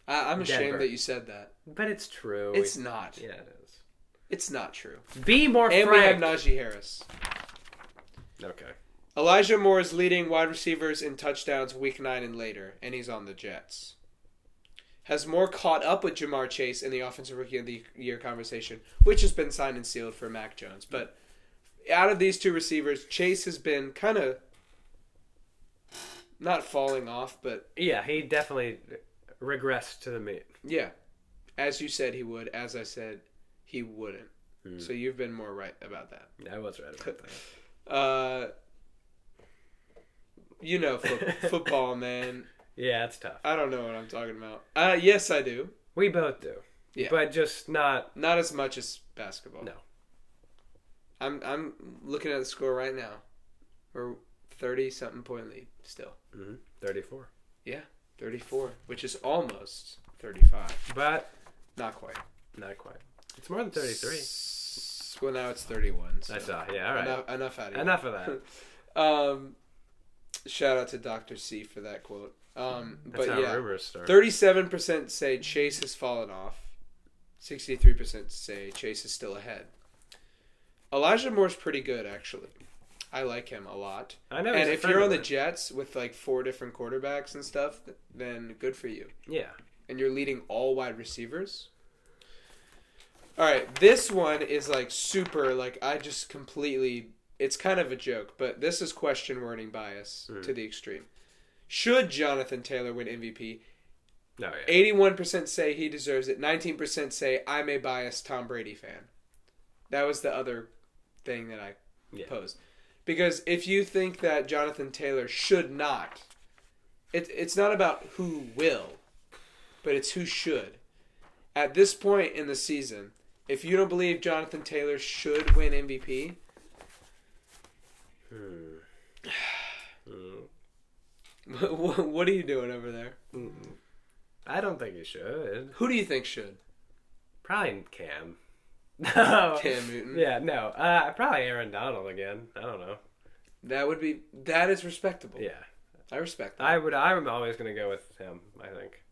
I, I'm ashamed Denver. that you said that. But it's true. It's not. yeah, it is. It's not true. Be more And we have frank. Najee Harris. okay. Elijah Moore is leading wide receivers in touchdowns week nine and later, and he's on the Jets. Has Moore caught up with Jamar Chase in the offensive rookie of the year conversation, which has been signed and sealed for Mac Jones? But out of these two receivers, Chase has been kind of not falling off, but Yeah, he definitely regressed to the mean. yeah, as you said he would, as I said he wouldn't. So you've been more right about that. I was right about that. Uh, you know, fo- football, man. [laughs] Yeah, it's tough. I don't know what I'm talking about. Uh, yes, I do. We both do. Yeah. But just not. Not as much as basketball. No. I'm I'm looking at the score right now. We're thirty something point lead still. mhm, 34. Yeah, thirty four, which is almost thirty five. But Not quite. not quite. It's more than 33. S- Well, now it's thirty one. So I saw. Yeah, all right. Enough, enough out of you. Enough of that. [laughs] Um, shout out to Doctor C for that quote. Um, That's but how yeah, rumors start. thirty-seven percent say Chase has fallen off. Sixty-three percent say Chase is still ahead. Elijah Moore's pretty good, actually. I like him a lot. I know. he's and a if friend you're of on the mine. Jets with like four different quarterbacks and stuff, then good for you. yeah. And you're leading all wide receivers. All right, this one is like super. Like I just completely. It's kind of a joke, but this is question wording bias Hmm. to the extreme. Should Jonathan Taylor win MVP? No. Oh, Yeah. Eighty-one percent say he deserves it. Nineteen percent say I'm a biased Tom Brady fan. That was the other thing that I Yeah. posed, because if you think that Jonathan Taylor should not, it, it's not about who will, but it's who should. At this point in the season, if you don't believe Jonathan Taylor should win MVP, Hmm. Hmm. What, [laughs] what are you doing over there? [sighs] I don't think he should. Who do you think should? Probably Cam. [laughs] No. Cam Newton. Yeah, no. Uh, probably Aaron Donald again. I don't know. That would be that is respectable. Yeah, I respect that I would. I'm always gonna go with him. I think.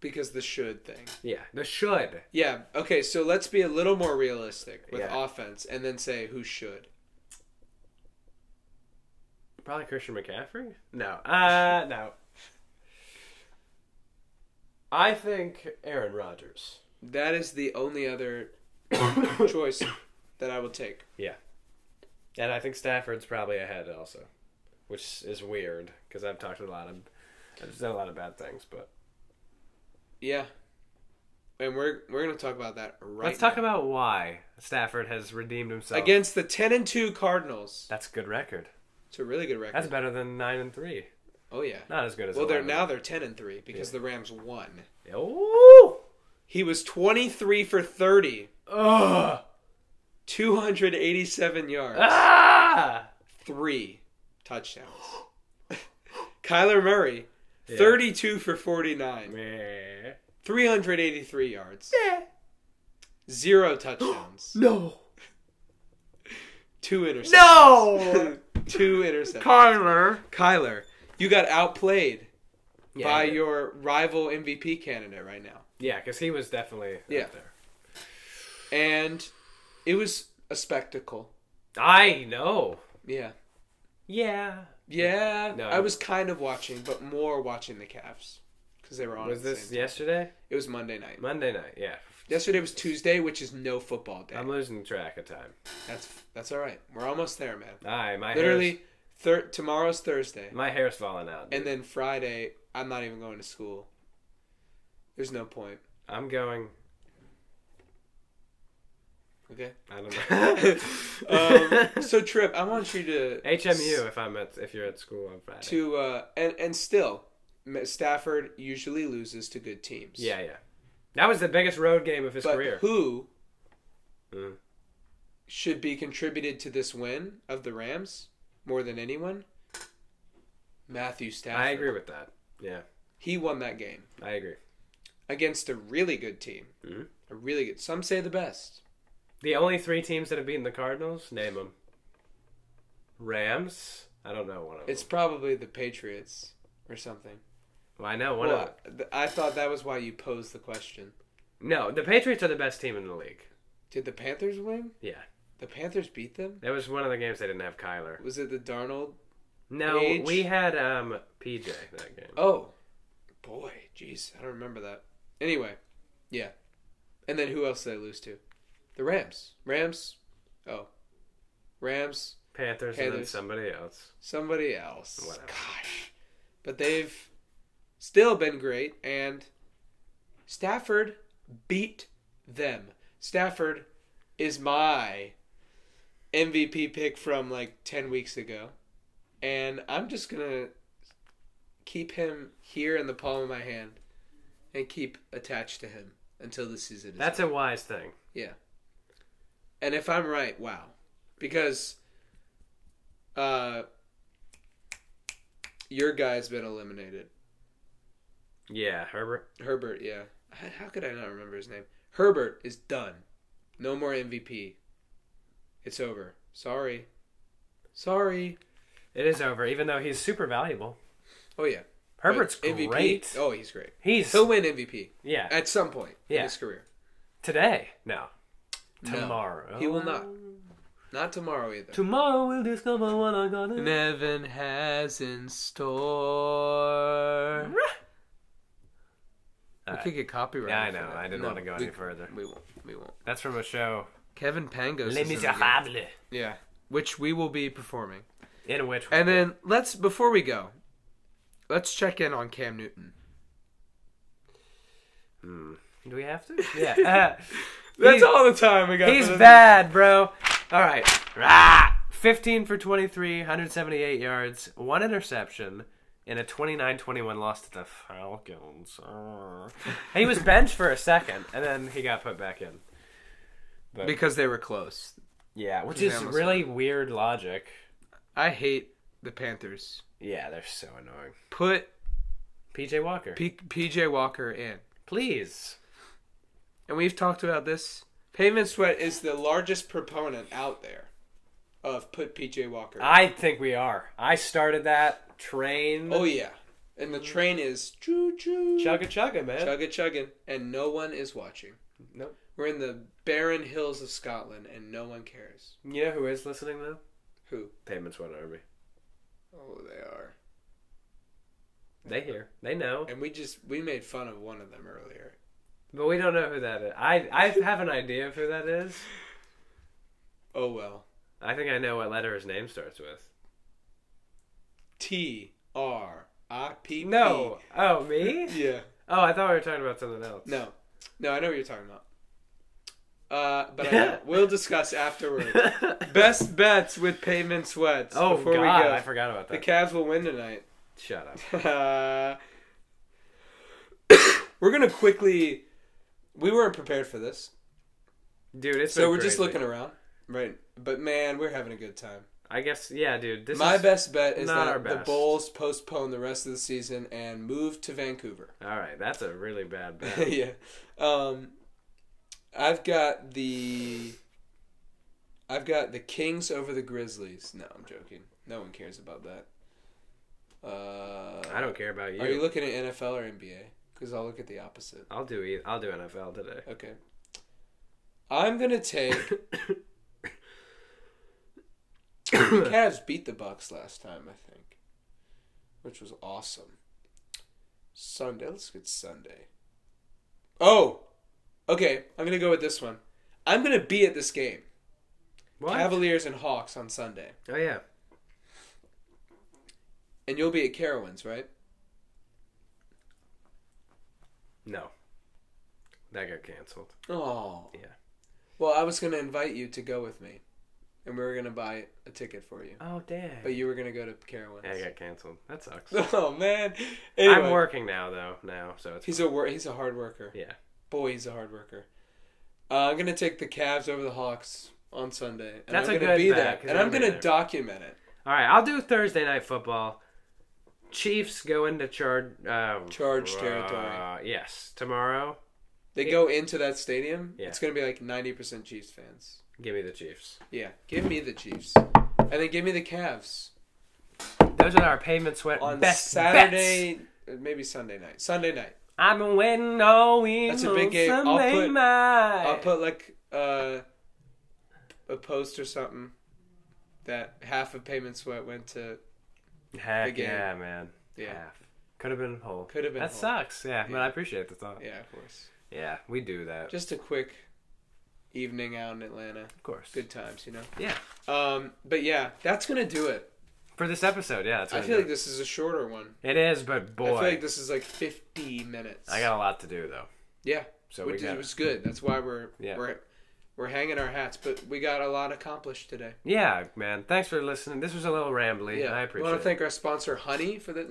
because the should thing. Yeah, the should. Yeah. Okay. So let's be a little more realistic with Yeah. offense, and then say who should. Probably Christian McCaffrey? No. Uh no. I think Aaron [coughs] Rodgers. That is the only other choice that I would take. And I think Stafford's probably ahead also, which is weird because I've talked a lot of I've said a lot of bad things, but Yeah. And we're we're gonna talk about that right. let's talk now. about why Stafford has redeemed himself. against the ten and two Cardinals. that's a good record. It's a really good record. That's better than nine and three. oh yeah. Not as good as Well, they're 11. now they're ten and three because the Rams won. Ooh! He was twenty three for thirty. Ugh! 287 yards, Ah! three touchdowns. [laughs] Kyler Murray, 32 for 49, Meh. 383 yards, zero [gasps] touchdowns, No. two interceptions. No. [laughs] two interceptions. [laughs] Kyler. Kyler, you got outplayed by your. your rival MVP candidate right now. Yeah, because he was definitely Yeah. up there. And it was a spectacle. I know. Yeah. Yeah. Yeah. No. I was kind of watching, but more watching the Cavs because they were on Was at the this same time. yesterday? It was Monday night. Monday night. Yeah. Yesterday was Tuesday, which is no football day. I'm losing track of time. That's that's all right. We're almost there, man. I my hair's, Literally, thir- tomorrow's Thursday, my hair's falling out. and then Friday, I'm not even going to school. There's no point. I'm going. [laughs] Okay. I don't [laughs] know. Um, so Trip, I want you to HMU. If I'm at if you're at school on Friday. to uh, and and still, M- Stafford usually loses to good teams. Yeah, yeah. That was the biggest road game of his but career. who Mm. should be contributed to this win of the Rams more than anyone? Matthew Stafford. I agree with that. Yeah, He won that game. I agree. against a really good team. Mhm. A really good. Some say the best. The only three teams that have beaten the Cardinals, name them. Rams. I don't know one of them. It's probably the Patriots or something. well, I know one of them. Well, th- I thought that was why you posed the question. No, the Patriots are the best team in the league. Did the Panthers win? Yeah. The Panthers beat them. That was one of the games they didn't have Kyler. Was it the Darnold? No, Age? we had um PJ that game. Oh, boy, jeez, I don't remember that. Anyway, yeah. And then who else did they lose to? The Rams. Rams. Oh, Rams. Panthers, and then Panthers. somebody else. Somebody else. Whatever. Gosh. But they've still been great, and Stafford beat them. Stafford is my MVP pick from like 10 weeks ago, and I'm just going to keep him here in the palm of my hand and keep attached to him until the season is That's a wise thing. yeah. And if I'm right, wow. Because uh your guy's been eliminated. Yeah, Herbert. Herbert, yeah. How how could I not remember his name? Herbert is done. No more MVP. It's over. Sorry. Sorry. It is over, even though he's super valuable. Oh yeah. Herbert's But MVP. great. Oh, he's great. He's He'll win MVP yeah at some point Yeah. in his career. today. No, No. tomorrow. He will not. Not tomorrow either. Tomorrow we'll discover what I got. to Nevin has in store. We Alright. could get copyright. Yeah, I for know. that. I didn't No, want to go we, any further. We won't. We won't. That's from a show. Kevin Pangos. Les is in the game. Miserables. Yeah, which we will be performing. In which And then let's before we go, let's check in on Cam Newton. do we [laughs] have to? Yeah. He's- all the time we got. He's bad, bro. All right. Rah! 15 for 23, 178 yards, one interception, in a 29 21 loss to the Falcons. [laughs] Arr. he was benched for a second, and then he got put back in. because they were close. Yeah, which He's is almost really weird logic. I hate the Panthers. Yeah, they're so annoying. Put PJ Walker, P- PJ Walker in. please. And we've talked about this. Pavement Sweat is the largest proponent out there of put PJ Walker. in. I think we are. I started that train. oh yeah. And the train is choo choo chugga chugga, man. chugga chugging and no one is watching. Nope. We're in the barren hills of Scotland and no one cares. You know who is listening though? Who? Pavement Sweat Army. Oh, they are. They hear. They know. And we just we made fun of one of them earlier. But we don't know who that is. I I have an idea of who that is. Oh well. I think I know what letter his name starts with. T R I P P. No. Oh, me? Yeah. Oh, I thought we were talking about something else. [laughs] No. No, I know what you're talking about. Uh, [laughs] but I don't. we'll discuss afterward. Best bets with pavement sweats. oh, before God. we go, I forgot about the that. Cavs will win tonight. Shut up. Uh, [coughs] we're gonna quickly. We weren't prepared for this, Dude, it's so been we're just crazy. looking around, right? But man, we're having a good time. I guess, yeah, dude. This My is... best bet is not our that the best. Bulls postpone the rest of the season and move to Vancouver. All right, that's a really bad [laughs] bet. yeah. Um, I've got the. I've got the Kings over the Grizzlies. No, I'm joking. No one cares about that. Uh, I don't care about you. Are you looking at NFL or NBA? Because I'll look at the opposite. I'll do e- I'll do NFL today. Okay. I'm [coughs] gonna take. the Cavs beat the Bucks last time, I think, which was awesome. Sunday. Let's get Sunday. Oh, okay. I'm gonna go with this one. I'm gonna be at this game. What? Cavaliers and Hawks on Sunday, oh yeah. and you'll be at Carowinds, right? No. That got canceled. Oh. Yeah. Well, I was gonna invite you to go with me, and we were gonna buy a ticket for you, Oh damn. but you were gonna go to Yeah, it Carowinds. got canceled. That sucks. [laughs] Oh man. I'm [laughs] Anyway, working now though. Now, so it's He's a wor- he's a hard worker. yeah. Boy, he's a hard worker. Uh, I'm gonna take the Cavs over the Hawks on Sunday. And That's I'm a gonna good be bet, there, 'cause and I'm I'm gonna be gonna there. document it. All right, I'll do Thursday night football. Chiefs go into charge. Uh, Charge uh, territory. yes, tomorrow. They go into that stadium. Yeah. It's gonna be like 90% Chiefs fans. Give me the Chiefs. Yeah, give me the Chiefs, and then give me the Cavs Those are our payment sweat on best bets. Saturday, uh, maybe Sunday night. Sunday night. I've been waiting all week. That's a on big game. I'll Sunday put- night. I'll put like uh, a post or something that half of payment sweat went to. Heck the game. yeah, man. Yeah. Could have been whole. Could have been That whole. sucks. Yeah, Yeah. but I appreciate the thought. Yeah, Yeah, of course. we do that. Just a quick evening out in Atlanta. of course. Good times, you know. Yeah. Um, but yeah, that's gonna do it. For this episode, yeah, that's I what I feel like this is a shorter one. it is, but boy, I I, feel like this is like 50 minutes. got a lot to do though. yeah. So which we is- got it was good. That's why we're Yeah. we're we're hanging our hats, but we got a lot accomplished today. Yeah, man. Thanks for listening. This was a little rambly. Yeah, I We appreciate want it. to thank our sponsor, Honey, for the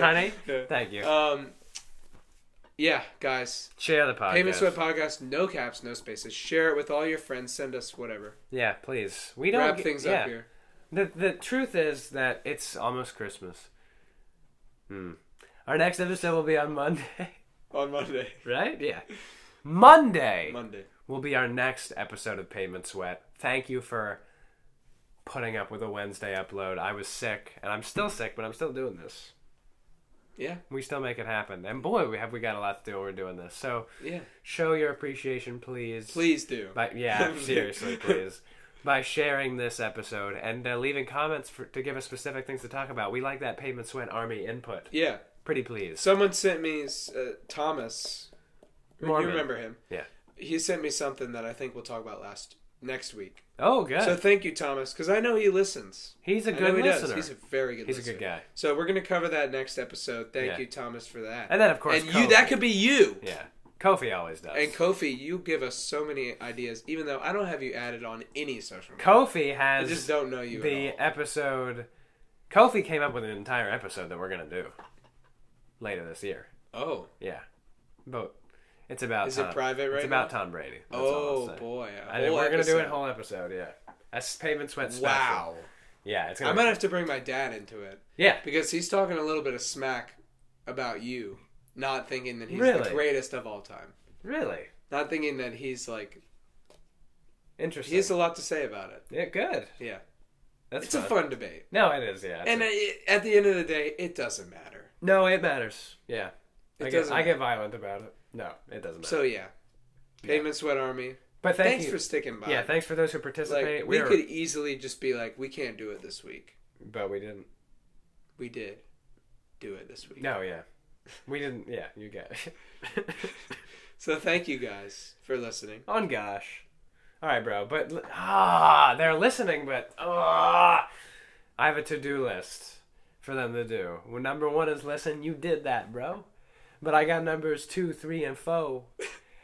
[laughs] Honey, [laughs] Yeah. thank you. Um, yeah, guys. Share the podcast. Payment Sweat Podcast, no caps, no spaces. Share it with all your friends. Send us whatever. Yeah, please. We don't Wrap get- things yeah. up here. The the truth is that it's almost Christmas. Hmm. Our next episode will be on Monday, [laughs] On Monday. right? Yeah. Monday Monday. will be our next episode of Payment Sweat. Thank you for putting up with a Wednesday upload. I was sick, and I'm still sick, but I'm still doing this. Yeah, We still make it happen. And boy, we have we got a lot to do when we're doing this. So yeah. show your appreciation, please. Please do. But [laughs] yeah, seriously, please. By sharing this episode and uh, leaving comments for, to give us specific things to talk about. We like that Pavement Sweat Army input. Yeah. Pretty please. Someone sent me uh, Thomas. Mormon. You remember him? Yeah. He sent me something that I think we'll talk about last next week. Oh, good. So thank you, Thomas, because I know he listens. He's a I know good he listener. does. He's a very good. He's a listener. good guy. So we're gonna cover that next episode. Thank Yeah. you, Thomas, for that. And then, of course, and Kofi. you, that could be you. Yeah. Kofi always does. And Kofi, you give us so many ideas, even though I don't have you added on any social. media. Kofi I has just don't know you. the at all. episode. Kofi came up with an entire episode that we're going to do later this year. Oh, Yeah. But it's about. is Tom. it private right Uh-huh. It's about Tom Brady. That's all I'll oh say. boy, a I think whole we're going to do a episode. whole episode, yeah. That's Pavement Sweat Special. Wow. Yeah, it's I gonna. might have to bring my dad into it yeah, because he's talking a little bit of smack about you, not thinking that he's the Really? greatest of all time, really not thinking that he's like he interesting. has a lot to say about it. yeah, good. Yeah, That's it's a fun debate, No, it is. Yeah, it's and a- it, at the end of the day, it doesn't matter. no, it matters. Yeah, It I get doesn't I get violent about it. No, it doesn't matter. So yeah, pavement sweat army. but thank Thanks you. for sticking by. yeah, thanks for those who participate. like we we are, could easily just be like, we can't do it this week. but we didn't. We did do it this week. No, yeah, we didn't. Yeah, you got. So thank you guys for listening. [laughs] On gosh, all right, bro. But li- ah, they're listening, but ah, I have a to do list for them to do. Well, number one is listen. You did that, bro. But I got numbers two, three, and four.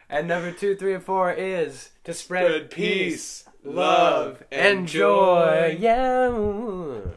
And number two, three, and four is to spread, Spread peace, love, and and joy. joy. Yeah.